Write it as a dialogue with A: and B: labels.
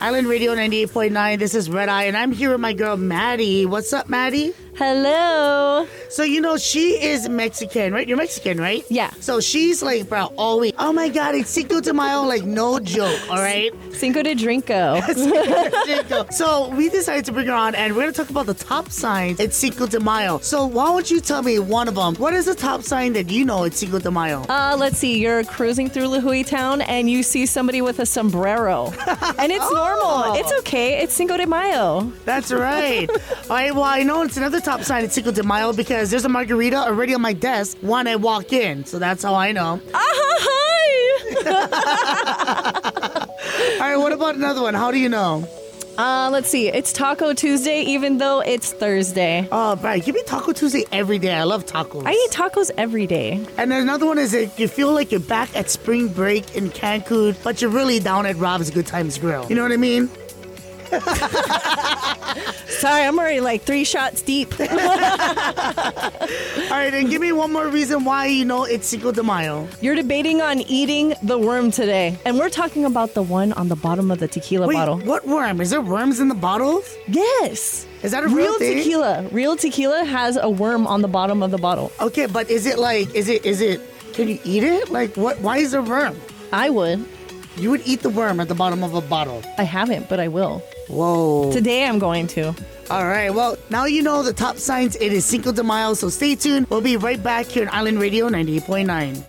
A: Island Radio 98.9. This is Red Eye, and I'm here with my girl Maddie. What's up, Maddie?
B: Hello.
A: So, you know, she is Mexican, right? You're Mexican, right?
B: Yeah.
A: So she's like, bro, all week, oh my God, it's Cinco de Mayo, like, no joke, all right?
B: Cinco de Drinko.
A: Cinco. So we decided to bring her on, and we're going to talk about the top signs at Cinco de Mayo. So, why don't you tell me one of them? What is the top sign that you know at Cinco de Mayo?
B: Uh, let's see. You're cruising through La Hui Town and you see somebody with a sombrero, and it's normal. It's okay. It's Cinco de Mayo.
A: That's right. All right, well, I know it's another top sign at Cinco de Mayo because there's a margarita already on my desk when I walk in. So that's how I know.
B: Ah, hi.
A: All right, what about another one? How do you know?
B: Uh, let's see. It's Taco Tuesday, even though it's Thursday.
A: Oh, right. Give me Taco Tuesday every day. I love tacos.
B: I eat tacos every day.
A: and another one is that you feel like you're back at spring break in Cancun, but you're really down at Rob's Good Times Grill. You know what I mean?
B: Sorry, I'm already like three shots deep.
A: All right, and give me one more reason why you know it's Cinco de Mayo.
B: You're debating on eating the worm today, and we're talking about the one on the bottom of the tequila
A: Wait,
B: bottle.
A: what worm? Is there worms in the bottles?
B: Yes.
A: Is that a real
B: real,
A: thing?
B: tequila? Real tequila has a worm on the bottom of the bottle.
A: Okay, but is it like, is it, is it, can you eat it? Like, what? Why is there worm?
B: I would.
A: You would eat the worm at the bottom of a bottle.
B: I haven't, but I will.
A: Whoa.
B: Today I'm going to.
A: All right. Well, now you know the top signs. It is Cinco de Mayo, so stay tuned. We'll be right back here on Island Radio 98.9.